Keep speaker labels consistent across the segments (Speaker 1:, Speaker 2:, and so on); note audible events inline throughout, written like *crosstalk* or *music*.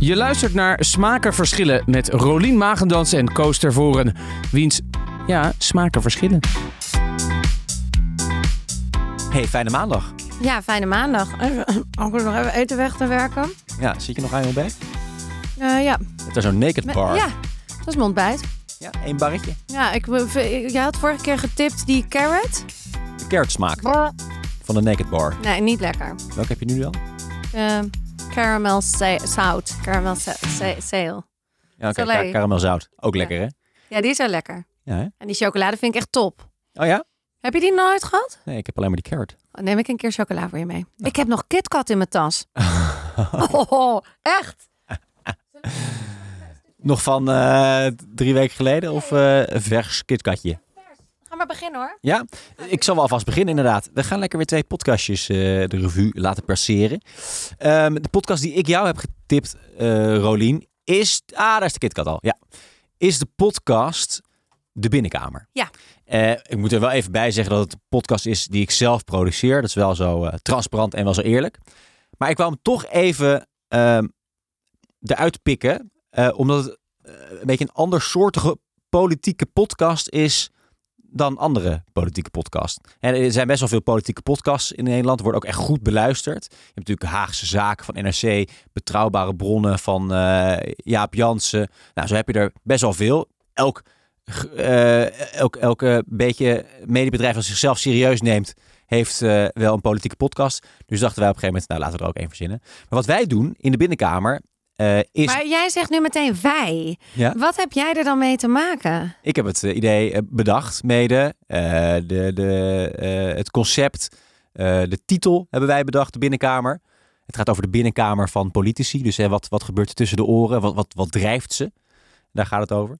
Speaker 1: Je luistert naar Smaken Verschillen met Rolien Magendans en Koos Tervoren. Wiens, ja, smaken verschillen.
Speaker 2: Hey, fijne maandag.
Speaker 3: Ja, fijne maandag. Even- Ook nog even eten weg te werken.
Speaker 2: Ja, zit je nog aan je ontbijt?
Speaker 3: Eh, ja.
Speaker 2: Je hebt daar zo'n naked
Speaker 3: Me-
Speaker 2: bar.
Speaker 3: ja, dat is mijn ontbijt.
Speaker 2: Ja, één barretje.
Speaker 3: Ja, ik, wil- jij had vorige keer getipt die carrot.
Speaker 2: De kertsmaak van de naked bar.
Speaker 3: Nee, niet lekker.
Speaker 2: Welke heb je nu dan?
Speaker 3: Eh, caramel sa- zout. Caramel sa- sa- sail.
Speaker 2: Ja, oké,
Speaker 3: Soleil.
Speaker 2: ka- karamelzout. Ook lekker, hè?
Speaker 3: Ja, die is wel lekker.
Speaker 2: Ja, hè?
Speaker 3: En die chocolade vind ik echt top.
Speaker 2: Oh ja?
Speaker 3: Heb je die nooit gehad?
Speaker 2: Nee, ik heb alleen maar die carrot.
Speaker 3: Dan Oh, neem ik een keer chocola voor je mee. Ik heb nog KitKat in mijn tas. *laughs* Oh, echt?
Speaker 2: Nog van eh, drie weken geleden of eh, vers KitKatje?
Speaker 3: Ga maar beginnen hoor.
Speaker 2: Ja, ik zal wel alvast beginnen inderdaad. We gaan lekker weer twee podcastjes eh, de revue laten passeren. Ehm, de podcast die ik jou heb getipt, eh Rolien, is... Ah, daar is de KitKat al. Ja. Is de podcast De Binnenkamer.
Speaker 3: Ja.
Speaker 2: Eh, ik moet er wel even bij zeggen dat het een podcast is die ik zelf produceer. Dat is wel zo eh, transparant en wel zo eerlijk. Maar ik wou hem toch even ehm eruit pikken. eh, omdat het eh, een beetje een ander soortige politieke podcast is dan andere politieke podcasts. En er zijn best wel veel politieke podcasts in Nederland. Worden ook echt goed beluisterd. Je hebt natuurlijk Haagse Zaken van NRC. Betrouwbare bronnen van eh, Jaap Jansen. Nou, zo heb je er best wel veel. Elk, g- eh, elk, elk eh, beetje mediebedrijf dat zichzelf serieus neemt... heeft eh, wel een politieke podcast. Dus dachten wij op een gegeven moment... nou, laten we er ook één verzinnen. Maar wat wij doen in de binnenkamer... eh, is,
Speaker 3: Maar jij zegt nu meteen wij.
Speaker 2: Ja.
Speaker 3: Wat heb jij er dan mee te maken?
Speaker 2: Ik heb het eh, idee eh, bedacht, mede. Eh, de, de, eh, het concept, eh, de titel hebben wij bedacht, de binnenkamer. Het gaat over de binnenkamer van politici. Dus hè, wat, wat gebeurt er tussen de oren? Wat, wat, wat drijft ze? Daar gaat het over.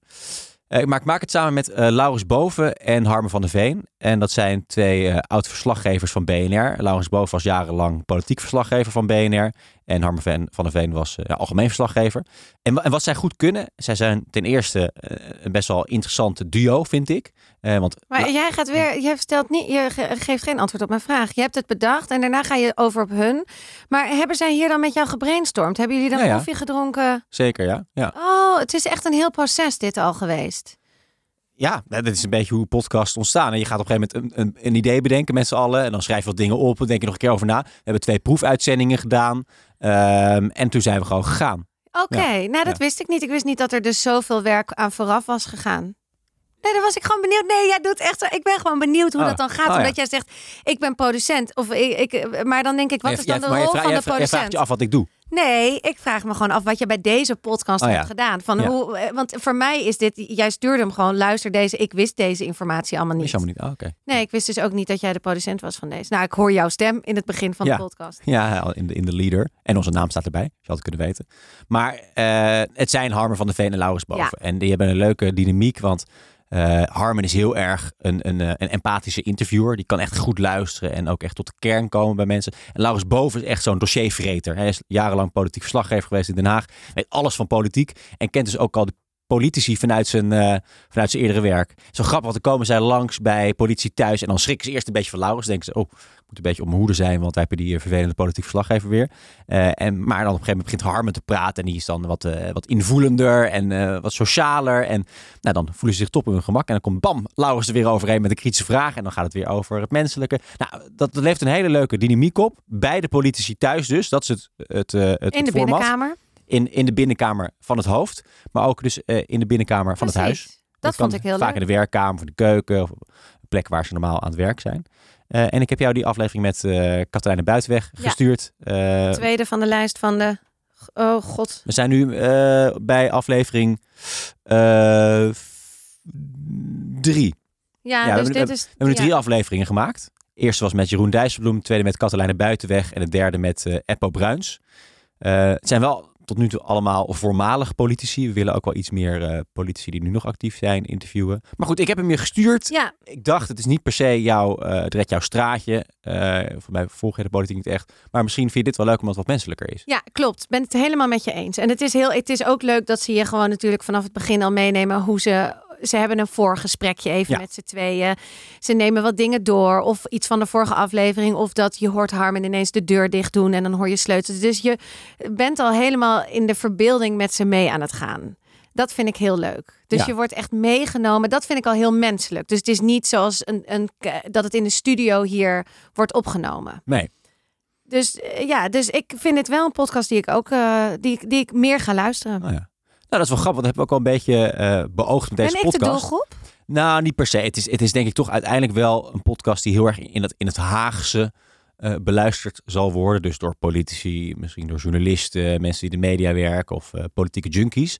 Speaker 2: Eh, maar ik maak het samen met eh, Laurens Boven en Harmen van der Veen. En dat zijn twee eh, oud-verslaggevers van BNR. Laurens Boven was jarenlang politiek verslaggever van BNR. En Harmen van, van der Veen was eh, ja, algemeen verslaggever. En, wa- en wat zij goed kunnen, zij zijn ten eerste eh, een best wel interessante duo, vind ik. Eh, want
Speaker 3: Maar jij gaat weer, je stelt niet, je ge- geeft geen antwoord op mijn vraag. Je hebt het bedacht en daarna ga je over op hun. Maar hebben zij hier dan met jou gebrainstormd? Hebben jullie dan
Speaker 2: Ja, ja.
Speaker 3: koffie gedronken?
Speaker 2: zeker, ja. ja.
Speaker 3: Oh, het is echt een heel proces dit al geweest.
Speaker 2: Ja, nou, dat is een beetje hoe podcasts ontstaan. En je gaat op een gegeven moment een, een, een idee bedenken met z'n allen. En dan schrijf je wat dingen op. Dan denk je nog een keer over na. We hebben twee proefuitzendingen gedaan. Ehm, en toen zijn we gewoon gegaan.
Speaker 3: Oké, nou dat wist ik niet. Ik wist niet dat er dus zoveel werk aan vooraf was gegaan. Nee, daar was ik gewoon benieuwd. Nee, jij doet echt zo. Ik ben gewoon benieuwd hoe
Speaker 2: Oh,
Speaker 3: dat dan gaat.
Speaker 2: oh ja.
Speaker 3: Omdat jij zegt, ik ben producent. Of ik, ik, maar dan denk ik, wat
Speaker 2: Jij-
Speaker 3: is dan
Speaker 2: jij-
Speaker 3: de
Speaker 2: maar jij
Speaker 3: rol
Speaker 2: vraagt-
Speaker 3: van
Speaker 2: jij
Speaker 3: de
Speaker 2: vraagt- Jij vraagt
Speaker 3: producent?
Speaker 2: je af wat ik doe.
Speaker 3: Nee, ik vraag me gewoon af wat je bij deze podcast
Speaker 2: Oh ja.
Speaker 3: hebt gedaan. Van
Speaker 2: Ja.
Speaker 3: hoe, eh, want voor mij is dit, jij stuurde hem gewoon, luister deze, ik wist deze informatie allemaal
Speaker 2: Wist
Speaker 3: niet.
Speaker 2: je allemaal niet. Ah, oké.
Speaker 3: Nee, ik wist dus ook niet dat jij de producent was van deze. Nou, ik hoor jouw stem in het begin van
Speaker 2: Ja.
Speaker 3: de podcast.
Speaker 2: *laughs* Ja, eh, in de, in de leader. En onze naam staat erbij. Je had het kunnen weten. Maar eh, het zijn Harmen van de Veen en Laurens Boven.
Speaker 3: Ja.
Speaker 2: En die hebben een leuke dynamiek. Want eh, Harmen is heel erg een, een, eh, een empathische interviewer. Die kan echt goed luisteren en ook echt tot de kern komen bij mensen. En Laurens Boven is echt zo'n dossiervreter. Hij is jarenlang politiek verslaggever geweest in Den Haag. Weet alles van politiek. En kent dus ook al de politici vanuit zijn, eh, vanuit zijn eerdere werk. Zo grappig, want dan komen zij langs bij politici thuis. En dan schrikken ze eerst een beetje van Laurens. Denken ze, oh, ik moet een beetje op mijn hoede zijn. Want daar heb je die eh, vervelende politiek verslaggever weer. Eh, en, maar dan op een gegeven moment begint Harmen te praten. En die is dan wat, eh, wat invoelender en eh, wat socialer. En nou, dan voelen ze zich top op hun gemak. En dan komt bam, Laurens er weer overheen met een kritische vraag. En dan gaat het weer over het menselijke. Nou, dat, dat levert een hele leuke dynamiek op. Bij de politici thuis dus. Dat is het, het, eh, het
Speaker 3: in de
Speaker 2: format.
Speaker 3: binnenkamer.
Speaker 2: In, in de binnenkamer van het hoofd. Maar ook dus eh, in de binnenkamer van het huis.
Speaker 3: Precies. Dat,
Speaker 2: kan
Speaker 3: vond ik heel
Speaker 2: Vaak
Speaker 3: leuk.
Speaker 2: in de werkkamer of in de keuken of een plek waar ze normaal aan het werk zijn. Eh, en ik heb jou die aflevering met eh Katelijne Buitenweg
Speaker 3: Ja.
Speaker 2: gestuurd. Eh,
Speaker 3: Tweede van de lijst van de... Oh god.
Speaker 2: we zijn nu eh, bij aflevering eh, f- drie.
Speaker 3: Ja,
Speaker 2: Ja, we
Speaker 3: dus
Speaker 2: hebben-
Speaker 3: dit is...
Speaker 2: We hebben nu
Speaker 3: ja.
Speaker 2: drie afleveringen gemaakt. De eerste was met Jeroen Dijsselbloem, de tweede met Katelijne Buitenweg en de derde met eh, Eppo Bruins. Eh, het zijn wel tot nu toe allemaal voormalig politici. We willen ook wel iets meer eh, politici die nu nog actief zijn interviewen. Maar goed, ik heb hem je gestuurd.
Speaker 3: Ja,
Speaker 2: ik dacht, het is niet per se jouw, eh het redt jouw straatje. Eh voor mij volg je de politiek niet echt. Maar misschien vind je dit wel leuk omdat het wat menselijker is.
Speaker 3: Ja, klopt. Ben het helemaal met je eens. En het is, heel, het is ook leuk dat ze je gewoon natuurlijk vanaf het begin al meenemen hoe ze ze hebben een voorgesprekje even
Speaker 2: Ja.
Speaker 3: met z'n tweeën. Ze nemen wat dingen door. Of iets van de vorige aflevering. Of dat je hoort Harmon ineens de deur dicht doen en dan hoor je sleutels. Dus je bent al helemaal in de verbeelding met ze mee aan het gaan. Dat vind ik heel leuk. Dus
Speaker 2: Ja.
Speaker 3: je wordt echt meegenomen. Dat vind ik al heel menselijk. Dus het is niet zoals een, een, dat het in de studio hier wordt opgenomen.
Speaker 2: Nee.
Speaker 3: Dus eh, ja, dus ik vind het wel een podcast die ik ook eh, die, ik- die ik meer ga luisteren.
Speaker 2: Nou, ja. nou, dat is wel grappig. want Dat hebben we ook al een beetje eh, beoogd met deze
Speaker 3: ben ik
Speaker 2: podcast.
Speaker 3: de doelgroep?
Speaker 2: Nou, niet per se. Het is, het is denk ik toch uiteindelijk wel een podcast die heel erg in het, in het Haagse eh, beluisterd zal worden. Dus door politici, misschien door journalisten, mensen die in de media werken of eh, politieke junkies.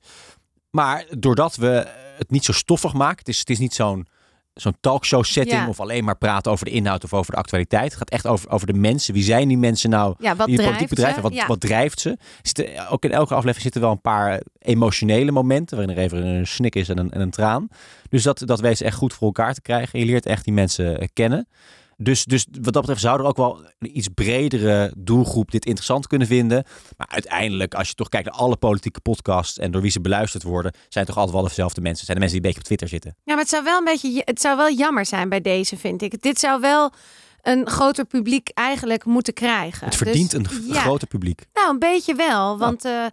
Speaker 2: Maar doordat we het niet zo stoffig maken, het is, het is niet zo'n zo'n talkshow setting
Speaker 3: Ja.
Speaker 2: of alleen maar praten over de inhoud of over de actualiteit. Het gaat echt over, over de mensen. Wie zijn die mensen nou?
Speaker 3: Ja, wat
Speaker 2: die de
Speaker 3: drijft
Speaker 2: politiek bedrijven,
Speaker 3: ze?
Speaker 2: wat,
Speaker 3: ja.
Speaker 2: wat drijft ze? Zitten, ook in elke aflevering zitten wel een paar emotionele momenten... waarin er even een snik is en een, en een traan. Dus dat, dat weet ze echt goed voor elkaar te krijgen. Je leert echt die mensen eh, kennen. Dus, dus wat dat betreft zou er ook wel een iets bredere doelgroep dit interessant kunnen vinden. Maar uiteindelijk, als je toch kijkt naar alle politieke podcasts... en door wie ze beluisterd worden, zijn het toch altijd wel dezelfde mensen. Het zijn de mensen die een beetje op Twitter zitten.
Speaker 3: ja, maar het zou wel een beetje, j- het zou wel jammer zijn bij deze, vind ik. Dit zou wel een groter publiek eigenlijk moeten krijgen. Dus-
Speaker 2: Het verdient een g-
Speaker 3: ja.
Speaker 2: groter publiek.
Speaker 3: Nou, een beetje wel. Want eh,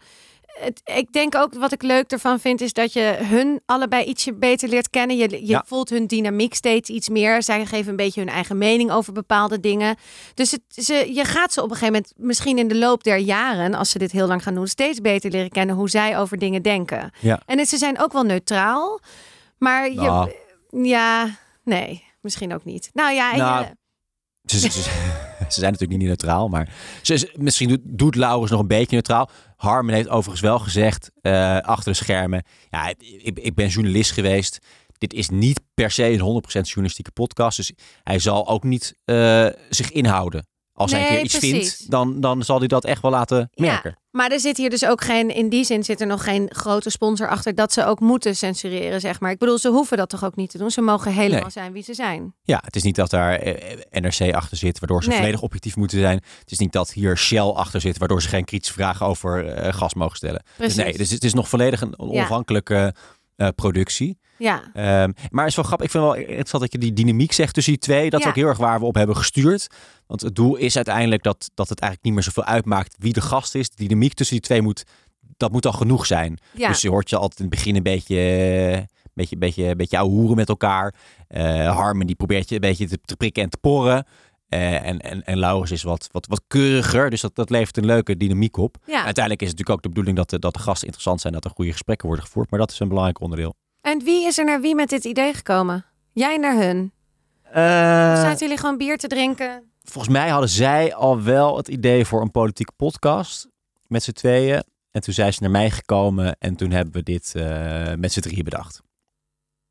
Speaker 3: het, ik denk ook wat ik leuk ervan vind, is dat je hun allebei ietsje beter leert kennen. Je, je
Speaker 2: Ja.
Speaker 3: voelt hun dynamiek steeds iets meer. Zij geven een beetje hun eigen mening over bepaalde dingen. Dus het, ze, je gaat ze op een gegeven moment, misschien in de loop der jaren, als ze dit heel lang gaan doen, steeds beter leren kennen hoe zij over dingen denken.
Speaker 2: Ja.
Speaker 3: En het- ze zijn ook wel neutraal. Maar je,
Speaker 2: Nou.
Speaker 3: ja, nee, misschien ook niet. Nou ja,
Speaker 2: Nou,
Speaker 3: je-
Speaker 2: Ze, ze- *laughs* ze- ze zijn natuurlijk niet neutraal, maar ze, ze- misschien doet, doet Laurens nog een beetje neutraal. Harmon heeft overigens wel gezegd eh, achter de schermen: ja, ik, ik ben journalist geweest. Dit is niet per se een 100% journalistieke podcast. Dus hij zal ook niet eh, zich inhouden. Als hij een
Speaker 3: Nee,
Speaker 2: keer iets
Speaker 3: precies.
Speaker 2: vindt, dan, dan zal hij dat echt wel laten merken.
Speaker 3: Ja, maar er zit hier dus ook geen, in die zin zit er nog geen grote sponsor achter dat ze ook moeten censureren, zeg maar. Ik bedoel, ze hoeven dat toch ook niet te doen? Ze mogen helemaal
Speaker 2: Nee.
Speaker 3: zijn wie ze zijn.
Speaker 2: Ja, het is niet dat daar eh, NRC achter zit, waardoor ze
Speaker 3: Nee.
Speaker 2: volledig objectief moeten zijn. Het is niet dat hier Shell achter zit, waardoor ze geen kritische vragen over eh, gas mogen stellen. Dus
Speaker 3: Precies.
Speaker 2: nee, dus het is nog volledig een onafhankelijke eh, productie.
Speaker 3: Ja,
Speaker 2: Ehm, maar het is wel grappig, ik vind wel interessant dat je die dynamiek zegt tussen die twee. Dat
Speaker 3: Ja.
Speaker 2: is ook heel erg waar we op hebben gestuurd. Want het doel is uiteindelijk dat, dat het eigenlijk niet meer zoveel uitmaakt wie de gast is. De dynamiek tussen die twee moet, dat moet al genoeg zijn.
Speaker 3: ja.
Speaker 2: Dus je hoort je altijd in het begin een beetje, eh, beetje, beetje, beetje ouwehoeren met elkaar. Eh Harmon die probeert je een beetje te, te prikken en te porren. Eh, en, en, en Laurens is wat, wat, wat keuriger, dus dat, dat levert een leuke dynamiek op.
Speaker 3: ja.
Speaker 2: Uiteindelijk is het natuurlijk ook de bedoeling dat de, dat de gasten interessant zijn, dat er goede gesprekken worden gevoerd. Maar dat is een belangrijk onderdeel.
Speaker 3: En wie is er naar wie met dit idee gekomen? Jij naar hun?
Speaker 2: Eh.
Speaker 3: Of zaten jullie gewoon bier te drinken?
Speaker 2: volgens mij hadden zij al wel het idee voor een politieke podcast met z'n tweeën. En toen zijn ze naar mij gekomen en toen hebben we dit eh, met z'n drieën
Speaker 3: Dus
Speaker 2: bedacht.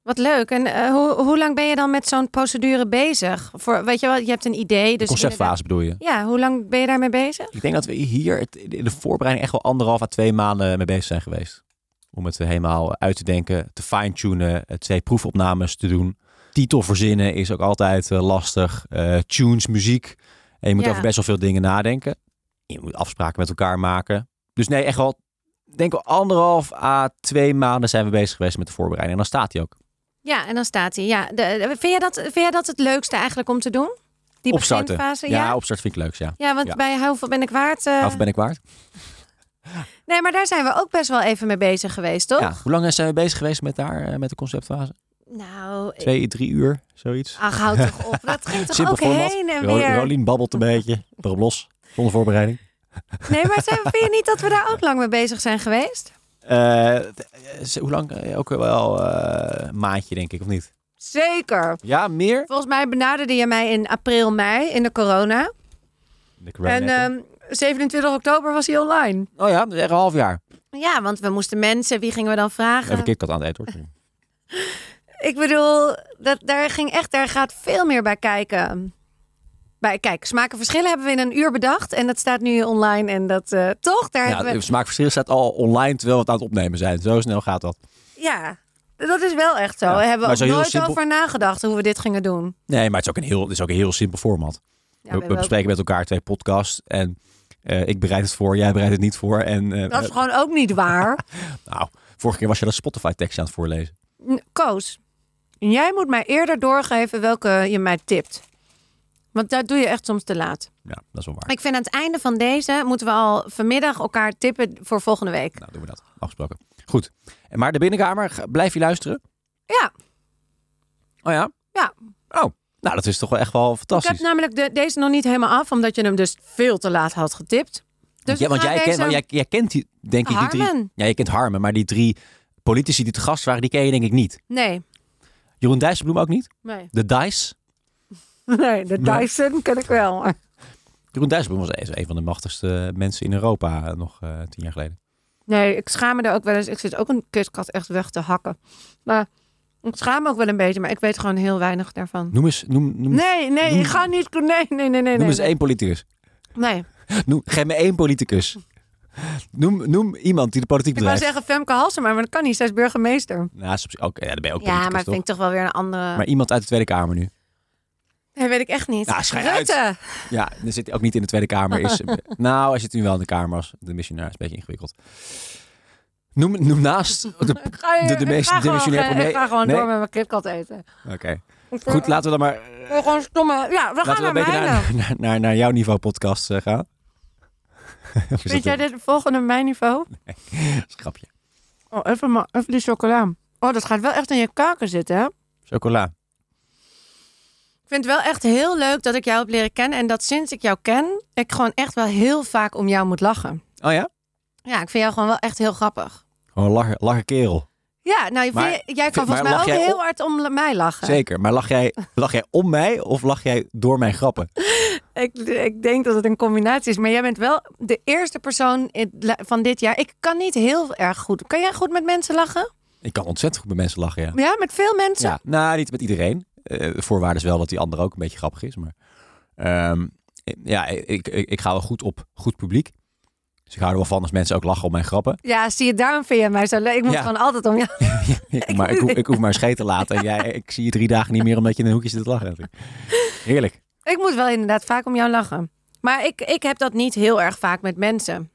Speaker 3: Wat leuk. En eh, hoe, hoe lang ben je dan met zo'n procedure bezig? Voor, weet je wel, je hebt een idee.
Speaker 2: De
Speaker 3: Dus
Speaker 2: conceptfase bedoel je?
Speaker 3: inderdaad- Ja, hoe lang ben je daarmee bezig?
Speaker 2: Ik denk dat we hier het- in de voorbereiding echt wel anderhalf à twee maanden mee bezig zijn geweest. Om het helemaal uit te denken, te fine-tunen, eh, twee proefopnames te doen. Titel verzinnen is ook altijd eh, lastig. Eh, tunes, muziek. En je moet
Speaker 3: Ja.
Speaker 2: over best wel veel dingen nadenken. Je moet afspraken met elkaar maken. Dus nee, echt wel, ik denk wel anderhalf à twee maanden zijn we bezig geweest met de voorbereiding. En dan staat hij ook.
Speaker 3: Ja, en dan staat hij. Ja, de- de- vind, jij dat, vind jij dat het leukste eigenlijk om te doen? Die
Speaker 2: Opstarten.
Speaker 3: beginfase?
Speaker 2: Ja, opstart vind ik leuk, ja.
Speaker 3: Ja, want
Speaker 2: Ja.
Speaker 3: bij Hoeveel ben ik waard? eh,
Speaker 2: Of ben ik waard?
Speaker 3: Nee, maar daar zijn we ook best wel even mee bezig geweest, toch?
Speaker 2: Ja. Hoe lang eh, zijn we bezig geweest met, daar, eh, met de conceptfase?
Speaker 3: Nou, ik-
Speaker 2: Twee, drie uur, zoiets?
Speaker 3: ach, houd toch
Speaker 2: *laughs*
Speaker 3: op. Dat ging toch
Speaker 2: Simpel
Speaker 3: ook
Speaker 2: format.
Speaker 3: heen en
Speaker 2: Ro-
Speaker 3: weer.
Speaker 2: Rolien babbelt een beetje. Erop los. Zonder voorbereiding.
Speaker 3: Nee, maar zijn, vind je niet dat we daar ook lang mee bezig zijn geweest?
Speaker 2: Eh, ze- hoe lang? Eh, Ook wel eh, een maandje, denk ik, of niet?
Speaker 3: Zeker.
Speaker 2: Ja, meer.
Speaker 3: Volgens mij benaderde je mij in april, mei in de corona.
Speaker 2: De
Speaker 3: En
Speaker 2: en,
Speaker 3: ehm, 27 oktober was hij online.
Speaker 2: oh ja, dat is echt een half jaar.
Speaker 3: Ja, want we moeten mensen, wie gingen we dan vragen?
Speaker 2: Even KitKat aan het eten, hoor.
Speaker 3: Ik bedoel, dat, daar, ging echt, daar gaat veel meer bij kijken. Bij, kijk, smaken verschillen hebben we in een uur bedacht. En dat staat nu online. En dat eh, toch, daar
Speaker 2: Ja, dus-
Speaker 3: hebben we...
Speaker 2: het smaakverschil staat al online terwijl we het aan het opnemen zijn. Zo snel gaat dat.
Speaker 3: Ja, dat is wel echt zo.
Speaker 2: Ja,
Speaker 3: We hebben
Speaker 2: maar
Speaker 3: ook
Speaker 2: zo heel
Speaker 3: nooit
Speaker 2: simpel-
Speaker 3: over nagedacht hoe we dit gingen doen.
Speaker 2: Nee, maar het is ook een heel, het is ook een heel simpel
Speaker 3: Ja,
Speaker 2: format. we,
Speaker 3: we
Speaker 2: we
Speaker 3: hebben
Speaker 2: bespreken met elkaar twee podcasts. En eh, ik bereid het voor, jij bereidt het niet voor. En eh, *laughs*
Speaker 3: ook- Dat is gewoon ook niet waar.
Speaker 2: nou, vorige keer was je dat Spotify-tekstje aan het voorlezen.
Speaker 3: N- Koos, jij moet mij eerder doorgeven welke je mij tipt. Want dat doe je echt soms te laat.
Speaker 2: Ja, dat is wel waar.
Speaker 3: Ik vind aan het einde van deze moeten we al vanmiddag elkaar tippen voor volgende week.
Speaker 2: Nou, doen we dat. Afgesproken. Goed. En Maar de binnenkamer, g- blijf je luisteren?
Speaker 3: Ja,
Speaker 2: Oh ja?
Speaker 3: Ja.
Speaker 2: Oh, nou dat is toch wel echt wel
Speaker 3: ik heb
Speaker 2: fantastisch.
Speaker 3: namelijk de- deze nog niet helemaal af, omdat je hem dus veel te laat had getipt. Dus
Speaker 2: Want jij-
Speaker 3: we
Speaker 2: want
Speaker 3: gaan
Speaker 2: jij, kent,
Speaker 3: deze-
Speaker 2: want jij, jij kent die, denk ik, die drie...
Speaker 3: Harmen.
Speaker 2: Ja, je kent Harmen, maar die drie politici die te gast waren, die ken je denk ik niet.
Speaker 3: Nee,
Speaker 2: Jeroen Dijsselbloem ook niet?
Speaker 3: nee.
Speaker 2: De Dijs?
Speaker 3: Nee, de
Speaker 2: *laughs* Nee.
Speaker 3: Dyson ken ik wel.
Speaker 2: Jeroen Dijsselbloem was een van de machtigste mensen in Europa eh, nog eh, tien jaar geleden.
Speaker 3: Nee, ik schaam me daar ook wel eens. Ik zit ook een kuskat echt weg te hakken. Maar ik schaam me ook wel een beetje, maar ik weet gewoon heel weinig daarvan.
Speaker 2: Noem eens, noem, noem,
Speaker 3: Nee, nee,
Speaker 2: Noem-
Speaker 3: ik ga niet. Nee, nee, nee, nee.
Speaker 2: noem
Speaker 3: Nee,
Speaker 2: eens één politicus.
Speaker 3: nee.
Speaker 2: Noem, geef me één politicus. Noem, noem iemand die de politiek
Speaker 3: ik wou
Speaker 2: bedrijft.
Speaker 3: zeggen Femke Halsema, maar dat kan niet. Zij is burgemeester.
Speaker 2: Nou, is op zich ook, ja, dan ben je ook
Speaker 3: Ja,
Speaker 2: politicus,
Speaker 3: maar
Speaker 2: toch?
Speaker 3: vind ik toch wel weer een andere.
Speaker 2: Maar iemand uit de Tweede Kamer nu.
Speaker 3: Nee, weet ik echt niet.
Speaker 2: Nou, schijn uit.
Speaker 3: Rutte.
Speaker 2: Ja, dan zit hij ook niet in de Tweede
Speaker 3: *laughs*
Speaker 2: Kamer. Is, nou, hij zit nu wel in de Kamer als de missionaris. Een beetje ingewikkeld. Noem, noem
Speaker 3: *laughs*
Speaker 2: naast... de-
Speaker 3: Ga je,
Speaker 2: De- de
Speaker 3: ik
Speaker 2: meest
Speaker 3: ga gewoon,
Speaker 2: demissionair
Speaker 3: eh,
Speaker 2: premier-
Speaker 3: Ik ga gewoon
Speaker 2: Nee.
Speaker 3: door met mijn kipkat eten.
Speaker 2: Oké, goed. Laten we dan maar
Speaker 3: Ik wil Eh, Gewoon stomme. Ja, we
Speaker 2: laten we
Speaker 3: gaan
Speaker 2: een
Speaker 3: naar
Speaker 2: beetje
Speaker 3: mijnen.
Speaker 2: naar, naar, naar, naar jouw niveau podcast eh, gaan. Of *laughs* is
Speaker 3: Vind
Speaker 2: dat
Speaker 3: jij
Speaker 2: een-
Speaker 3: dit volgende mijn niveau?
Speaker 2: dat is een grapje.
Speaker 3: Oh, even, maar, even die chocola. Oh, dat gaat wel echt in je kaken zitten, hè?
Speaker 2: Chocola.
Speaker 3: Ik vind het wel echt heel leuk dat ik jou heb leren kennen. En dat sinds ik jou ken, ik gewoon echt wel heel vaak om jou moet lachen.
Speaker 2: Oh ja?
Speaker 3: Ja, ik vind jou gewoon wel echt heel grappig.
Speaker 2: Gewoon een lachen, lachen kerel.
Speaker 3: Ja, nou, je
Speaker 2: Maar-
Speaker 3: vind- jij kan
Speaker 2: vind-
Speaker 3: volgens
Speaker 2: maar
Speaker 3: mij
Speaker 2: lach
Speaker 3: ook
Speaker 2: jij
Speaker 3: heel
Speaker 2: op-
Speaker 3: hard om mij lachen.
Speaker 2: Zeker. Maar lach jij, lach jij om mij of lach jij door mijn grappen?
Speaker 3: Ik, ik denk dat het een combinatie is. Maar jij bent wel de eerste persoon in- van dit jaar. Ik kan niet heel erg goed. Kan jij goed met mensen lachen?
Speaker 2: Ik kan ontzettend goed met mensen lachen, ja.
Speaker 3: Ja, met veel mensen?
Speaker 2: Ja, nou, niet met iedereen. Eh, voorwaarde is wel dat die ander ook een beetje grappig is. Maar ehm, ja, ik, ik, ik ga wel goed op goed publiek. Dus ik hou er wel van als mensen ook lachen om mijn
Speaker 3: *laughs*
Speaker 2: grappen.
Speaker 3: Ja, zie je, daarom vind jij mij zo leuk. Ik moet
Speaker 2: Ja.
Speaker 3: gewoon altijd om jou...
Speaker 2: Ik, maar ik, hoef- ik hoef maar scheet te laten. En jij, ik zie je drie dagen niet meer omdat je in een hoekje zit te lachen. natuurlijk. Heerlijk.
Speaker 3: Ik moet wel inderdaad vaak om jou lachen. Maar ik, ik heb dat niet heel erg vaak met mensen.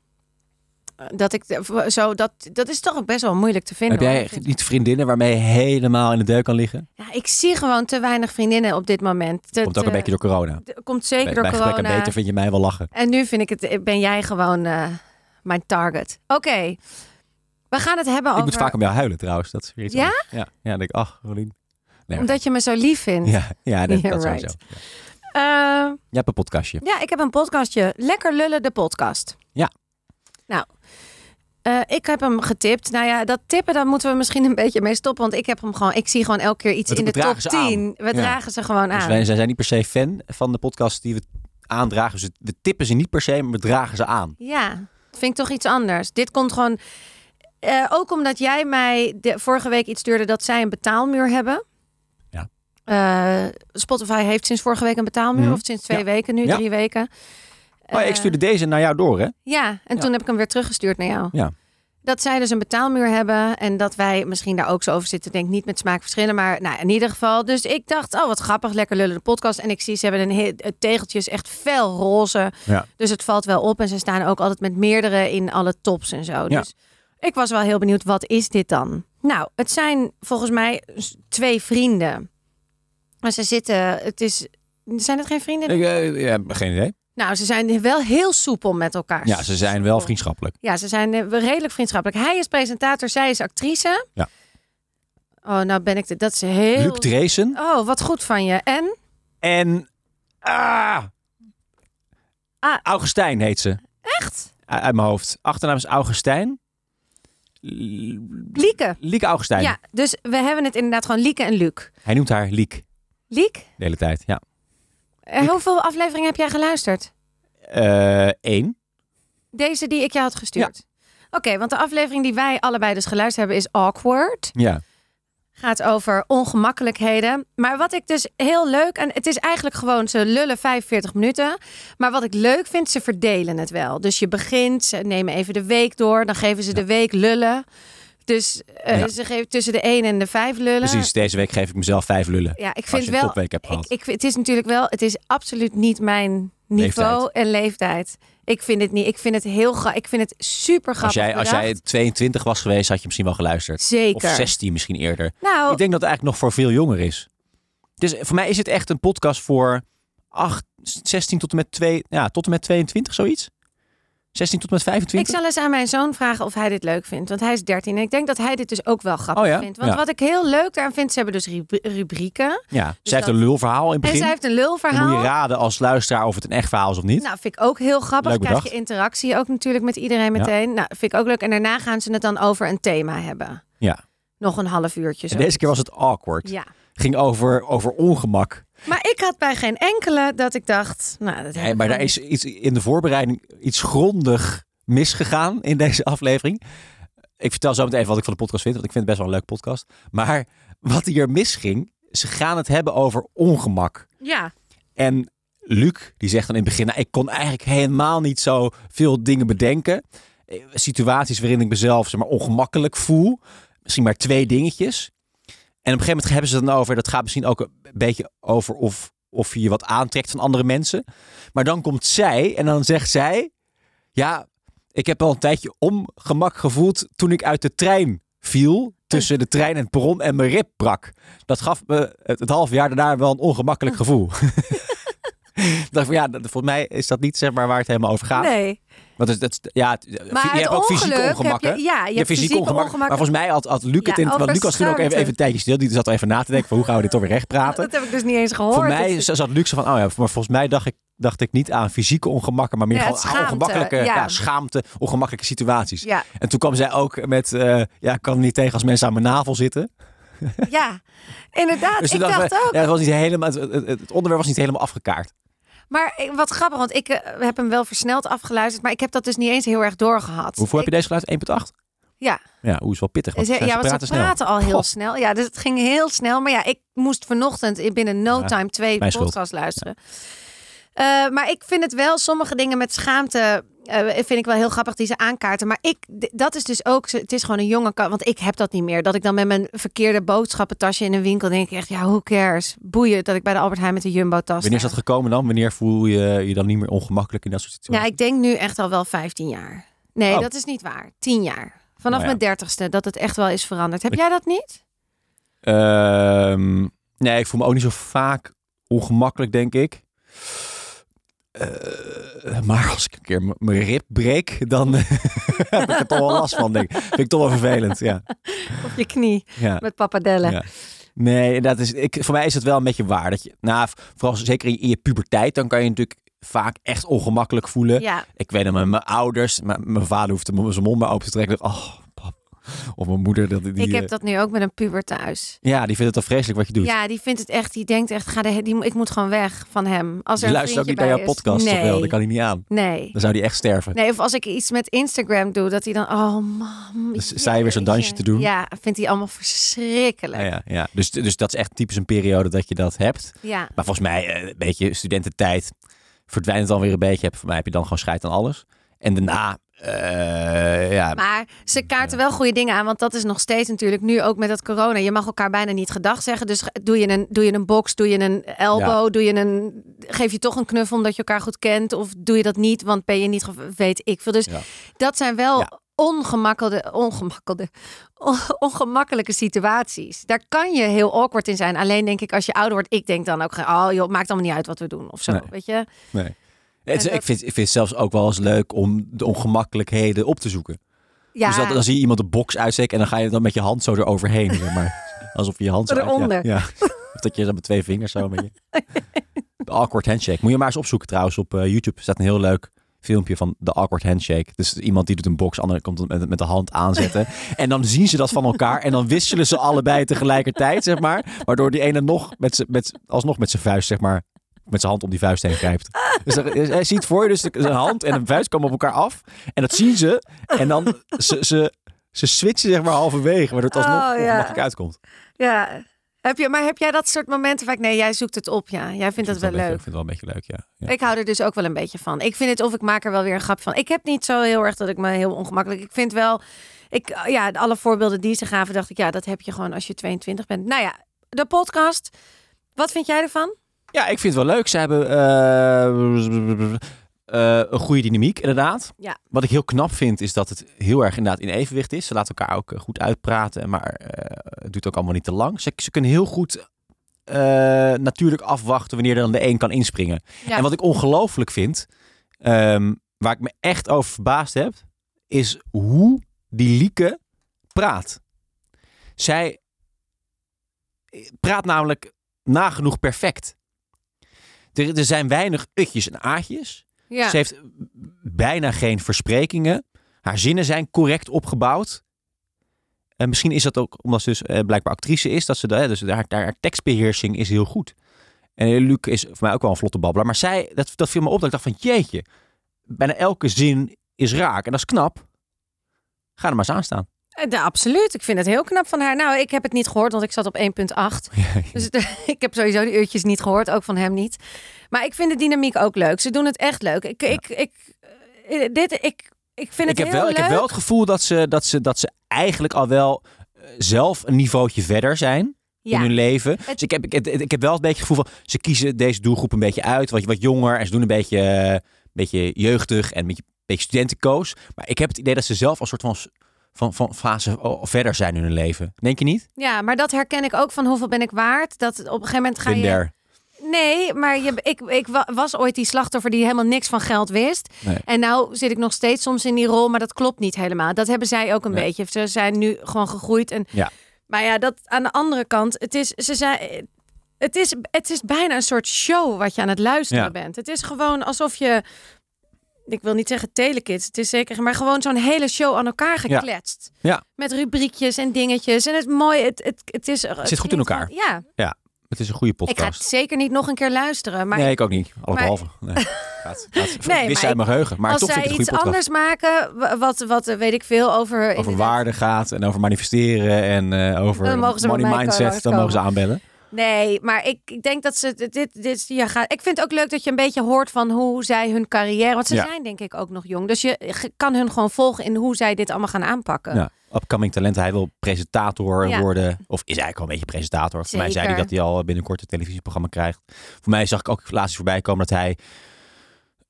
Speaker 3: Eh, Dat ik de- zo, dat, dat is toch best wel moeilijk te vinden.
Speaker 2: Heb jij
Speaker 3: hoor.
Speaker 2: echt niet vriendinnen waarmee je helemaal in de deuk kan liggen?
Speaker 3: Ja, ik zie gewoon te weinig vriendinnen op dit moment. Dat,
Speaker 2: Komt ook een
Speaker 3: eh,
Speaker 2: beetje door corona.
Speaker 3: d- Komt
Speaker 2: Bij,
Speaker 3: zeker
Speaker 2: bij
Speaker 3: door
Speaker 2: gebrek
Speaker 3: corona.
Speaker 2: aan beter vind je mij wel lachen.
Speaker 3: En nu vind ik het, ben jij gewoon eh, mijn target. Oké, we gaan het hebben
Speaker 2: Ik
Speaker 3: over...
Speaker 2: moet vaak om jou huilen trouwens. Dat is weer iets
Speaker 3: Ja?
Speaker 2: anders. Ja, ja dan denk ik, ach, Rolien. Nee,
Speaker 3: Omdat je me zo lief vindt.
Speaker 2: Ja, ja
Speaker 3: *laughs*
Speaker 2: dat,
Speaker 3: Ja,
Speaker 2: dat
Speaker 3: right.
Speaker 2: sowieso. Ja.
Speaker 3: Eh,
Speaker 2: Je hebt een podcastje.
Speaker 3: Ja, ik heb een podcastje. Lekker lullen, de podcast.
Speaker 2: Ja.
Speaker 3: Nou, eh, ik heb hem getipt. Nou ja, dat tippen, daar moeten we misschien een beetje mee stoppen. Want ik heb hem gewoon, ik zie gewoon elke keer iets
Speaker 2: We-
Speaker 3: in
Speaker 2: we
Speaker 3: de top
Speaker 2: dragen ze aan.
Speaker 3: 10. We
Speaker 2: Ja.
Speaker 3: dragen ze gewoon
Speaker 2: Dus
Speaker 3: aan.
Speaker 2: wij zij zijn niet per se fan van de podcast die we aandragen. Dus we tippen ze niet per se, maar we dragen ze aan.
Speaker 3: Ja, dat vind ik toch iets anders. Dit komt gewoon, eh, ook omdat jij mij de, vorige week iets stuurde dat zij een betaalmuur hebben.
Speaker 2: Ja.
Speaker 3: Eh, Spotify heeft sinds vorige week een betaalmuur,
Speaker 2: Mhm.
Speaker 3: of sinds twee
Speaker 2: Ja.
Speaker 3: weken nu,
Speaker 2: Ja.
Speaker 3: drie weken.
Speaker 2: Oh, ja, ik
Speaker 3: Eh,
Speaker 2: stuurde deze naar jou door, hè?
Speaker 3: Ja, en
Speaker 2: Ja.
Speaker 3: toen heb ik hem weer teruggestuurd naar jou.
Speaker 2: Ja.
Speaker 3: Dat zij dus een betaalmuur hebben en dat wij misschien daar ook zo over zitten. Denk niet met smaakverschillen, maar nou, in ieder geval. Dus ik dacht, oh wat grappig, lekker lullen de podcast. En ik zie, ze hebben een heel, het tegeltje is echt fel roze.
Speaker 2: Ja.
Speaker 3: Dus het valt wel op. En ze staan ook altijd met meerdere in alle tops en zo.
Speaker 2: Ja.
Speaker 3: Dus ik was wel heel benieuwd, wat is dit dan? Nou, het zijn volgens mij s- twee vrienden. Maar ze zitten, het is, zijn het geen vrienden?
Speaker 2: Ik, eh, ja, geen idee.
Speaker 3: Nou, ze zijn wel heel soepel met elkaar.
Speaker 2: Ja, ze zijn wel
Speaker 3: Soepel.
Speaker 2: vriendschappelijk.
Speaker 3: Ja, ze zijn eh, redelijk vriendschappelijk. Hij is presentator, zij is actrice.
Speaker 2: Ja.
Speaker 3: Oh, nou ben ik de, dat is heel.
Speaker 2: Luc Dreesen
Speaker 3: oh, wat goed van je. En
Speaker 2: en... Ah,
Speaker 3: Ah.
Speaker 2: Augustijn heet ze.
Speaker 3: echt,
Speaker 2: U- Uit mijn hoofd. Achternaam is Augustijn. L-
Speaker 3: Lieke.
Speaker 2: Lieke Augustijn.
Speaker 3: Ja, dus we hebben het inderdaad gewoon Lieke en Luc.
Speaker 2: Hij noemt haar Liek
Speaker 3: Liek,
Speaker 2: de hele tijd. Ja.
Speaker 3: eh, hoeveel afleveringen heb jij geluisterd?
Speaker 2: Eh, Eén.
Speaker 3: Deze die ik jou had gestuurd. Oké, want de aflevering die wij allebei dus geluisterd hebben is Awkward.
Speaker 2: Ja.
Speaker 3: Gaat over ongemakkelijkheden. Maar wat ik dus heel leuk... En het is eigenlijk gewoon, ze lullen 45 minuten. Maar wat ik leuk vind, ze verdelen het wel. Dus je begint, ze nemen even de week door. Dan geven ze de week lullen. Dus eh,
Speaker 2: Ja.
Speaker 3: ze geven tussen de 1 en de 5 lullen.
Speaker 2: Precies. Deze week geef ik mezelf vijf lullen.
Speaker 3: Ja, ik
Speaker 2: Als
Speaker 3: vind
Speaker 2: je een
Speaker 3: wel...
Speaker 2: topweek hebt
Speaker 3: Ik,
Speaker 2: gehad.
Speaker 3: ik, het is natuurlijk wel... Het is absoluut niet mijn niveau
Speaker 2: Leeftijd.
Speaker 3: en leeftijd. Ik vind het niet. Ik vind het heel gra- Ik vind het super
Speaker 2: Als
Speaker 3: grappig.
Speaker 2: jij, als jij
Speaker 3: bedacht.
Speaker 2: 22 was geweest, had je misschien wel geluisterd.
Speaker 3: Zeker.
Speaker 2: Of 16 misschien eerder.
Speaker 3: Nou,
Speaker 2: Ik denk dat het eigenlijk nog voor veel jonger is. Dus voor mij is het echt een podcast voor 8, 16 tot en met, 2, ja, tot en met 22, zoiets. 16 tot en met 25.
Speaker 3: ik zal eens aan mijn zoon vragen of hij dit leuk vindt. Want hij is 13 en ik denk dat hij dit dus ook wel grappig
Speaker 2: Oh ja?
Speaker 3: vindt. Want
Speaker 2: Ja.
Speaker 3: wat ik heel leuk daaraan vind, ze hebben dus rubri- rubrieken.
Speaker 2: Ja, zij heeft
Speaker 3: Dus dat-
Speaker 2: een lulverhaal in het
Speaker 3: En
Speaker 2: begin.
Speaker 3: zij heeft een
Speaker 2: Dan moet je
Speaker 3: lulverhaal.
Speaker 2: raden als luisteraar of het een echt verhaal is of niet.
Speaker 3: Nou, vind ik ook heel grappig.
Speaker 2: Leuk
Speaker 3: Dan krijg je
Speaker 2: bedacht.
Speaker 3: interactie ook natuurlijk met iedereen
Speaker 2: Ja.
Speaker 3: meteen. Nou, vind ik ook leuk. En daarna gaan ze het dan over een thema hebben.
Speaker 2: ja.
Speaker 3: Nog een half uurtje zo.
Speaker 2: En deze keer was het awkward.
Speaker 3: Ja.
Speaker 2: Ging over, over ongemak.
Speaker 3: Maar ik had bij geen enkele dat ik dacht... Nou, dat heb
Speaker 2: Nee,
Speaker 3: ik
Speaker 2: maar daar
Speaker 3: gewoon
Speaker 2: is iets in de voorbereiding iets grondig misgegaan in deze aflevering. Ik vertel zo meteen even wat ik van de podcast vind, want ik vind het best wel een leuk podcast. Maar wat hier misging, ze gaan het hebben over ongemak.
Speaker 3: niet. Ja.
Speaker 2: En Luc, die zegt dan in het begin, nou, ik kon eigenlijk helemaal niet zo veel dingen bedenken. Eh, Situaties waarin ik mezelf zeg maar, ongemakkelijk voel. Misschien maar twee dingetjes. En op een gegeven moment hebben ze het dan over, dat gaat misschien ook een beetje over of, of je je wat aantrekt van andere mensen. Maar dan komt zij en dan zegt zij, ja, ik heb al een tijdje ongemak gevoeld toen ik uit de trein viel. Tussen de trein en het perron en mijn rib brak. Dat gaf me het, het half jaar daarna wel een ongemakkelijk gevoel. *laughs* Ik dacht van ja, dat- volgens mij is dat niet zeg maar waar het helemaal over gaat.
Speaker 3: Nee.
Speaker 2: Want het, het- ja, het-
Speaker 3: Maar
Speaker 2: je
Speaker 3: uit
Speaker 2: hebt ook fysiek
Speaker 3: ongeluk heb
Speaker 2: ongemak, hè?
Speaker 3: je- ja, je hebt
Speaker 2: fysiek
Speaker 3: fysieke
Speaker 2: ongemak.
Speaker 3: ongemakken.
Speaker 2: Maar volgens mij had, had Luc het
Speaker 3: Ja,
Speaker 2: in... Want
Speaker 3: over
Speaker 2: Luc was toen ook even,
Speaker 3: schaamte.
Speaker 2: even een tijdje stil. Die zat er even na te denken van hoe gaan we dit toch weer recht praten.
Speaker 3: Dat heb ik dus niet eens gehoord.
Speaker 2: Voor mij
Speaker 3: Dus-
Speaker 2: zat Luc zo van, oh ja, maar volgens mij dacht ik, dacht ik niet aan fysieke ongemakken, maar meer
Speaker 3: Ja,
Speaker 2: gewoon
Speaker 3: het
Speaker 2: aan
Speaker 3: schaamte,
Speaker 2: ongemakkelijke
Speaker 3: ja.
Speaker 2: ja. schaamte, ongemakkelijke situaties.
Speaker 3: Ja,
Speaker 2: En toen kwam zij ook met, eh, ja, ik kan er niet tegen als mensen aan mijn navel zitten.
Speaker 3: *laughs* ja, inderdaad.
Speaker 2: Dus
Speaker 3: ik
Speaker 2: toen dachten
Speaker 3: dacht
Speaker 2: we,
Speaker 3: ook.
Speaker 2: ja, het, was niet helemaal, het, het- het onderwerp was niet helemaal afgekaart.
Speaker 3: Maar ik- wat grappig, want ik eh, heb hem wel versneld afgeluisterd. Maar ik heb dat dus niet eens heel erg doorgehad.
Speaker 2: Hoeveel
Speaker 3: Ik-
Speaker 2: heb je deze geluisterd? 1,8?
Speaker 3: Ja,
Speaker 2: Ja, hoe is wel pittig. Want
Speaker 3: ze-
Speaker 2: zij-
Speaker 3: ja
Speaker 2: ze
Speaker 3: want
Speaker 2: praten
Speaker 3: ze
Speaker 2: snel.
Speaker 3: praten al heel
Speaker 2: Goh.
Speaker 3: snel. Ja, dus het ging heel snel. Maar ja, ik moest vanochtend in binnen no
Speaker 2: Ja,
Speaker 3: time twee
Speaker 2: mijn schuld.
Speaker 3: podcasts luisteren. Eh, maar ik vind het wel, sommige dingen met schaamte eh, vind ik wel heel grappig die ze aankaarten. Maar ik, d- dat is dus ook, ze- het is gewoon een jonge kant. Want ik heb dat niet meer. Dat ik dan met mijn verkeerde boodschappentasje in een winkel denk ik echt, ja, who cares? Boeien dat ik bij de Albert Heijn met de Jumbo tas
Speaker 2: Wanneer is dat gekomen dan? Wanneer voel je je dan niet meer ongemakkelijk in dat soort
Speaker 3: Ja,
Speaker 2: situaties?
Speaker 3: ik denk nu echt al wel 15 jaar. Nee,
Speaker 2: Oh.
Speaker 3: dat is niet waar. 10 jaar. Vanaf
Speaker 2: Nou ja.
Speaker 3: mijn dertigste, dat het echt wel is veranderd. Heb jij dat niet?
Speaker 2: Ehm, nee, ik voel me ook niet zo vaak ongemakkelijk, denk ik. Eh, maar als ik een keer m- mijn rib breek, dan *laughs* heb ik er toch wel last van, denk ik. Vind ik toch wel vervelend, ja.
Speaker 3: Op je
Speaker 2: *laughs*
Speaker 3: knie
Speaker 2: ja.
Speaker 3: met papadellen.
Speaker 2: Ja. Nee, dat is, ik, voor mij is het wel een beetje waar. Dat je, nou, vooral zeker in, in je puberteit, dan kan je natuurlijk vaak echt ongemakkelijk voelen.
Speaker 3: Ja.
Speaker 2: Ik weet dat mijn, mijn ouders, mijn, mijn vader hoefde m- zijn mond maar open te trekken. Ik dacht, Oh, pap. Of mijn moeder. Dat, die,
Speaker 3: ik
Speaker 2: eh,
Speaker 3: heb dat nu ook met een puber thuis.
Speaker 2: Ja, die vindt het al vreselijk wat je doet.
Speaker 3: Ja, die vindt het echt, die denkt echt, ga de, die, ik moet gewoon weg van hem. Als er
Speaker 2: die
Speaker 3: een
Speaker 2: luistert ook
Speaker 3: vriendje
Speaker 2: niet naar jouw
Speaker 3: bij is.
Speaker 2: podcast.
Speaker 3: Nee,
Speaker 2: toch wel? Dat kan hij niet aan.
Speaker 3: nee.
Speaker 2: Dan zou die echt sterven.
Speaker 3: Nee, of als ik iets met Instagram doe, dat hij dan, oh mam.
Speaker 2: Dan s- sta je weer zo'n
Speaker 3: jeetje.
Speaker 2: dansje te doen.
Speaker 3: Ja, vindt hij allemaal verschrikkelijk.
Speaker 2: Ja,
Speaker 3: Ja.
Speaker 2: ja, ja. Dus, dus dat is echt typisch een periode dat je dat hebt. Maar volgens mij, eh, een beetje studententijd, verdwijnt het dan weer een beetje. Voor mij heb je dan gewoon scheid aan alles. En daarna, eh, ja,
Speaker 3: Maar ze kaarten wel goede dingen aan, want dat is nog steeds natuurlijk nu ook met dat corona. Je mag elkaar bijna niet gedag zeggen. Dus doe je een, doe je een box, doe je een elbow, doe je een, geef je toch een knuffel omdat je elkaar goed kent. Of doe je dat niet, want ben je niet, ge- weet ik veel. Dus
Speaker 2: Ja.
Speaker 3: dat zijn wel
Speaker 2: Ja.
Speaker 3: ongemakkelde, ongemakkelde, *laughs* on- ongemakkelijke situaties. Daar kan je heel awkward in zijn. Alleen denk ik, als je ouder wordt, ik denk dan ook, oh joh, maakt allemaal niet uit wat we doen of zo,
Speaker 2: Nee.
Speaker 3: weet je.
Speaker 2: nee. Het is-
Speaker 3: dat-
Speaker 2: ik, vind, ik vind het zelfs ook wel eens leuk om de ongemakkelijkheden op te zoeken.
Speaker 3: Ja,
Speaker 2: Dus dat, dan zie je iemand de box uitsteken en dan ga je dan met je hand zo eroverheen.
Speaker 3: *laughs*
Speaker 2: zeg maar. Alsof je je hand zo uit- ja,
Speaker 3: Eronder.
Speaker 2: Ja, Of dat je dan met twee vingers zo met
Speaker 3: *laughs*
Speaker 2: je. De awkward handshake. Moet je maar eens opzoeken trouwens op eh, YouTube. staat een heel leuk filmpje van de awkward handshake. Dus iemand die doet een box, ander komt met, met de
Speaker 3: *laughs*
Speaker 2: hand aanzetten. en dan zien ze dat van elkaar en dan wisselen ze allebei tegelijkertijd, zeg maar. Waardoor die ene nog met z'n- met, alsnog met zijn vuist, zeg maar, met zijn hand om die vuist heen grijpt. Dus er- dus hij ziet voor je, dus de- zijn hand en een vuist komen op elkaar af. En dat zien ze. En dan ze, ze, ze switchen zeg maar halverwege, waardoor het alsnog
Speaker 3: Oh, ja.
Speaker 2: ongemakkelijk uitkomt.
Speaker 3: ja. Heb je, maar heb jij dat soort momenten vaak, nee, jij zoekt het op, ja. Jij vindt dat wel
Speaker 2: Ik vind
Speaker 3: leuk.
Speaker 2: het wel een beetje leuk, ja. ja.
Speaker 3: Ik hou er dus ook wel een beetje van. Ik vind het of ik maak er wel weer een grap van. Ik heb niet zo heel erg dat ik me heel ongemakkelijk. Ik vind wel, ik, eh, ja, alle voorbeelden die ze gaven, dacht ik, ja, dat heb je gewoon als je 22 bent. Nou ja, de podcast. Wat vind jij ervan?
Speaker 2: Ja, ik vind het wel leuk. Ze hebben eh, eh, een goede dynamiek, inderdaad.
Speaker 3: Ja.
Speaker 2: Wat ik heel knap vind, is dat het heel erg inderdaad in evenwicht is. Ze laten elkaar ook eh, goed uitpraten, maar eh, het duurt ook allemaal niet te lang. Ze, ze kunnen heel goed eh, natuurlijk afwachten wanneer dan de een kan inspringen.
Speaker 3: Ja.
Speaker 2: En wat ik ongelooflijk vind, ehm, waar ik me echt over verbaasd heb, is hoe die Lieke praat. Zij eh, praat namelijk nagenoeg perfect. Er, er zijn weinig utjes en aatjes.
Speaker 3: Ja.
Speaker 2: Ze heeft bijna geen versprekingen. Haar zinnen zijn correct opgebouwd. En misschien is dat ook omdat ze dus eh, blijkbaar actrice is. Dat ze da- dus haar, haar, haar tekstbeheersing is heel goed. En eh, Luc is voor mij ook wel een vlotte babbelaar. Maar zij, dat, dat viel me op dat ik dacht van jeetje. Bijna elke zin is raak. En dat is knap. Ga er maar eens aan staan.
Speaker 3: Eh, nou, absoluut. Ik vind het heel knap van haar. Nou, ik heb het niet gehoord, want ik zat op 1.8. Dus het- *laughs* ik heb sowieso die uurtjes niet gehoord, ook van hem niet. Maar ik vind de dynamiek ook leuk. Ze doen het echt leuk. Ik, ik, ik, eh, dit, ik, ik vind
Speaker 2: Ik
Speaker 3: het
Speaker 2: heb,
Speaker 3: heel
Speaker 2: wel,
Speaker 3: leuk.
Speaker 2: ik heb wel het gevoel dat ze, dat ze, dat ze eigenlijk al wel eh, zelf een niveautje verder zijn
Speaker 3: ja.
Speaker 2: in hun leven. Dus ik heb, ik, ik heb wel een beetje het gevoel van ze kiezen deze doelgroep een beetje uit, wat, wat jonger en ze doen een beetje, eh, een beetje jeugdig en een beetje, een beetje studentenkoos. Maar ik heb het idee dat ze zelf al soort van, van, van fase al verder zijn in hun leven. Denk je niet?
Speaker 3: ja, maar dat herken ik ook van hoeveel ben ik waard. Dat op een gegeven moment ga
Speaker 2: Been
Speaker 3: je...
Speaker 2: there.
Speaker 3: Nee, maar je, ik, ik wa- was ooit die slachtoffer die helemaal niks van geld wist.
Speaker 2: Nee.
Speaker 3: En nou zit ik nog steeds soms in die rol, maar dat klopt niet helemaal. Dat hebben zij ook een
Speaker 2: Nee.
Speaker 3: beetje. Ze zijn nu gewoon gegroeid. En,
Speaker 2: Ja.
Speaker 3: Maar ja, dat aan de andere kant, het is, ze zijn, het, is, het is bijna een soort show wat je aan het luisteren
Speaker 2: Ja.
Speaker 3: bent. Het is gewoon alsof je, ik wil niet zeggen telekids, het is zeker, maar gewoon zo'n hele show aan elkaar
Speaker 2: Ja.
Speaker 3: gekletst.
Speaker 2: Ja.
Speaker 3: Met rubriekjes en dingetjes. En het is mooi, het, het, het is... Het
Speaker 2: zit goed in
Speaker 3: klinkt-
Speaker 2: elkaar.
Speaker 3: Ja,
Speaker 2: Het is een goede
Speaker 3: ik ga het
Speaker 2: podcast.
Speaker 3: zeker niet nog een keer luisteren. Maar
Speaker 2: nee, ik ook niet. Allesbehalve. Nee, gaat, gaat.
Speaker 3: *laughs* Nee,
Speaker 2: Wist
Speaker 3: maar
Speaker 2: uit mijn geheugen. Maar
Speaker 3: als
Speaker 2: toch vind
Speaker 3: zij
Speaker 2: ik het een
Speaker 3: iets
Speaker 2: goede podcast.
Speaker 3: anders maken, wa- wat, wat eh, weet ik veel over...
Speaker 2: over
Speaker 3: inderdaad-
Speaker 2: waarde gaat en over manifesteren en eh, over
Speaker 3: Dan mogen ze bij
Speaker 2: money
Speaker 3: mij komen,
Speaker 2: mindset, dan mogen ze aanbellen.
Speaker 3: Nee, maar ik, ik denk dat ze... Dit, dit, dit, ja, ga, ik vind het ook leuk dat je een beetje hoort van hoe zij hun carrière... Want ze
Speaker 2: Ja.
Speaker 3: zijn denk ik ook nog jong. Dus je ge- kan hun gewoon volgen in hoe zij dit allemaal gaan aanpakken.
Speaker 2: Ja, upcoming talent. Hij wil presentator
Speaker 3: Ja.
Speaker 2: worden. Of is eigenlijk al een beetje presentator. Voor mij zei hij
Speaker 3: Zeker.
Speaker 2: dat hij al binnenkort een televisieprogramma krijgt. Voor mij zag ik ook laatst voorbij komen dat hij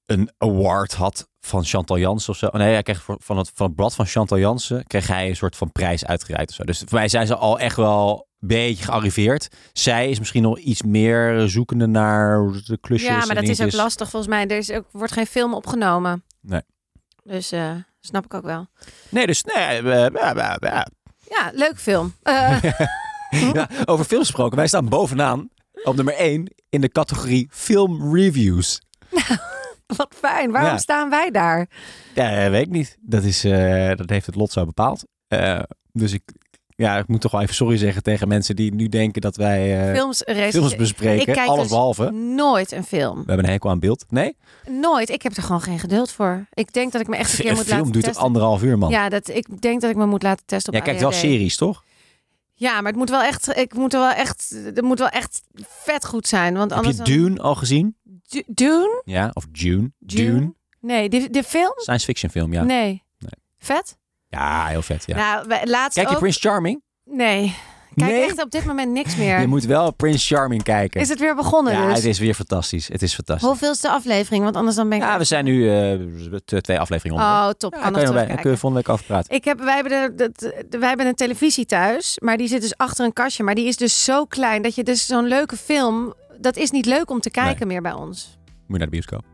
Speaker 2: een award had van Chantal Jansen of zo. Nee, hij kreeg voor- van het, van het blad van Chantal Jansen kreeg hij een soort van prijs uitgereikt of zo. Dus voor mij zijn ze al echt wel een beetje gearriveerd. Zij is misschien nog iets meer zoekende naar de klusjes.
Speaker 3: Ja,
Speaker 2: en
Speaker 3: maar dat is ook
Speaker 2: dingetjes.
Speaker 3: lastig volgens mij. Er is ook, wordt geen film opgenomen.
Speaker 2: dus- Nee.
Speaker 3: Dus eh, snap ik ook wel.
Speaker 2: Nee, dus nee, eh, eh, eh, eh, eh.
Speaker 3: Ja, leuk film. Eh,
Speaker 2: *laughs* Ja, over film gesproken. Wij staan bovenaan op nummer 1 in de categorie film reviews.
Speaker 3: wat fijn. Waarom
Speaker 2: Ja.
Speaker 3: staan wij daar?
Speaker 2: Ja, eh, weet ik niet. Dat, is, eh, dat heeft het lot zo bepaald. Eh, dus ik, ja, ik moet toch wel even sorry zeggen tegen mensen die nu denken dat wij eh
Speaker 3: Films, rest-
Speaker 2: films bespreken.
Speaker 3: Ik kijk
Speaker 2: Alles
Speaker 3: dus-
Speaker 2: behalve. We
Speaker 3: Nooit een film.
Speaker 2: hebben een hekel aan beeld. Nee,
Speaker 3: Nooit. Ik heb er gewoon geen geduld voor. Ik denk dat ik me echt een keer
Speaker 2: een
Speaker 3: moet
Speaker 2: film
Speaker 3: laten
Speaker 2: duurt
Speaker 3: testen.
Speaker 2: anderhalf uur, man.
Speaker 3: Ja, dat, ik denk dat ik me moet laten testen op
Speaker 2: Jij kijkt wel
Speaker 3: ADHD.
Speaker 2: series, toch?
Speaker 3: Ja, maar het moet wel echt, ik moet er wel echt, het moet wel echt vet goed zijn. Want
Speaker 2: Heb
Speaker 3: anders
Speaker 2: je Dune al gezien?
Speaker 3: dan... Du- Dune?
Speaker 2: Ja, of June. Dune.
Speaker 3: Dune? Nee, de, de film?
Speaker 2: Science fiction film, ja.
Speaker 3: Nee.
Speaker 2: Nee.
Speaker 3: Vet?
Speaker 2: Ja, heel vet, ja.
Speaker 3: Nou, wij- laatst
Speaker 2: Kijk je
Speaker 3: ook...
Speaker 2: Prince Charming?
Speaker 3: Nee. Ik Kijk
Speaker 2: Nee?
Speaker 3: echt op dit moment niks meer.
Speaker 2: Je moet wel Prince Charming kijken.
Speaker 3: Is het weer begonnen
Speaker 2: ja,
Speaker 3: dus?
Speaker 2: het is weer fantastisch. Het is fantastisch.
Speaker 3: Hoeveelste aflevering? Want anders dan ben ik...
Speaker 2: Ja, we zijn nu eh, t- twee afleveringen onder.
Speaker 3: Oh, top.
Speaker 2: Ja,
Speaker 3: kan
Speaker 2: kan
Speaker 3: nog
Speaker 2: je nog bij. Dan
Speaker 3: terugkijken.
Speaker 2: kun je volgende week over praten.
Speaker 3: Ik heb, wij, hebben de, de- de- wij hebben een televisie thuis, maar die zit dus achter een kastje. Maar die is dus zo klein dat je dus zo'n leuke film... Dat is niet leuk om te kijken meer bij ons.
Speaker 2: Moet je naar de bioscoop.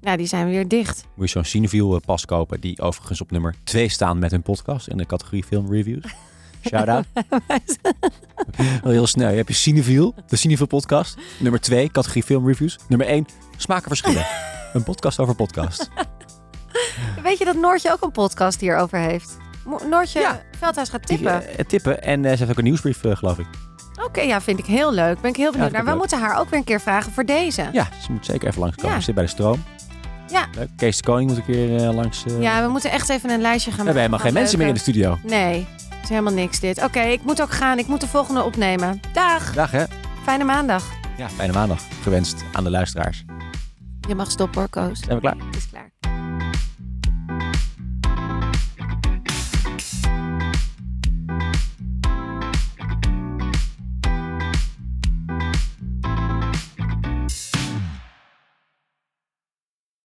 Speaker 3: Nou, die zijn weer dicht.
Speaker 2: Moet je zo'n Cineviel eh, pas kopen. Die overigens op nummer 2 staan met hun podcast. In de categorie film
Speaker 3: *laughs*
Speaker 2: reviews. Shout out. Wel Heel snel. Je hebt je Cineviel. De Cineviel podcast. Nummer 2. Categorie film reviews. Nummer 1. Smaken
Speaker 3: *laughs*
Speaker 2: verschillen. een podcast over podcast.
Speaker 3: Weet je dat Noortje ook een podcast hierover heeft? Mo- Noortje
Speaker 2: Ja.
Speaker 3: Veldhuis gaat *laughs*
Speaker 2: Die,
Speaker 3: tippen.
Speaker 2: eh, tippen. En eh, ze heeft ook een nieuwsbrief eh, geloof ik.
Speaker 3: Oké, ja, vind ik heel leuk. Ben ik heel benieuwd
Speaker 2: vind ik
Speaker 3: naar. We
Speaker 2: leuk.
Speaker 3: moeten haar ook weer een keer vragen voor deze.
Speaker 2: Ja, ze moet zeker even langskomen.
Speaker 3: Ja.
Speaker 2: Ze zit bij de stroom.
Speaker 3: Ja.
Speaker 2: Leuk. Kees de Koning moet een keer eh, langs. eh,
Speaker 3: Ja, we moeten echt even een lijstje gaan
Speaker 2: We hebben helemaal geen
Speaker 3: van
Speaker 2: mensen meer in de
Speaker 3: leuke-
Speaker 2: studio.
Speaker 3: Nee, het is helemaal niks dit. Oké, ik moet ook gaan. Ik moet de volgende opnemen. Dag,
Speaker 2: Dag hè.
Speaker 3: fijne maandag.
Speaker 2: Ja, fijne maandag gewenst aan de luisteraars.
Speaker 3: Je mag stoppen hoor, Koos.
Speaker 2: Zijn we klaar?
Speaker 3: Het is klaar.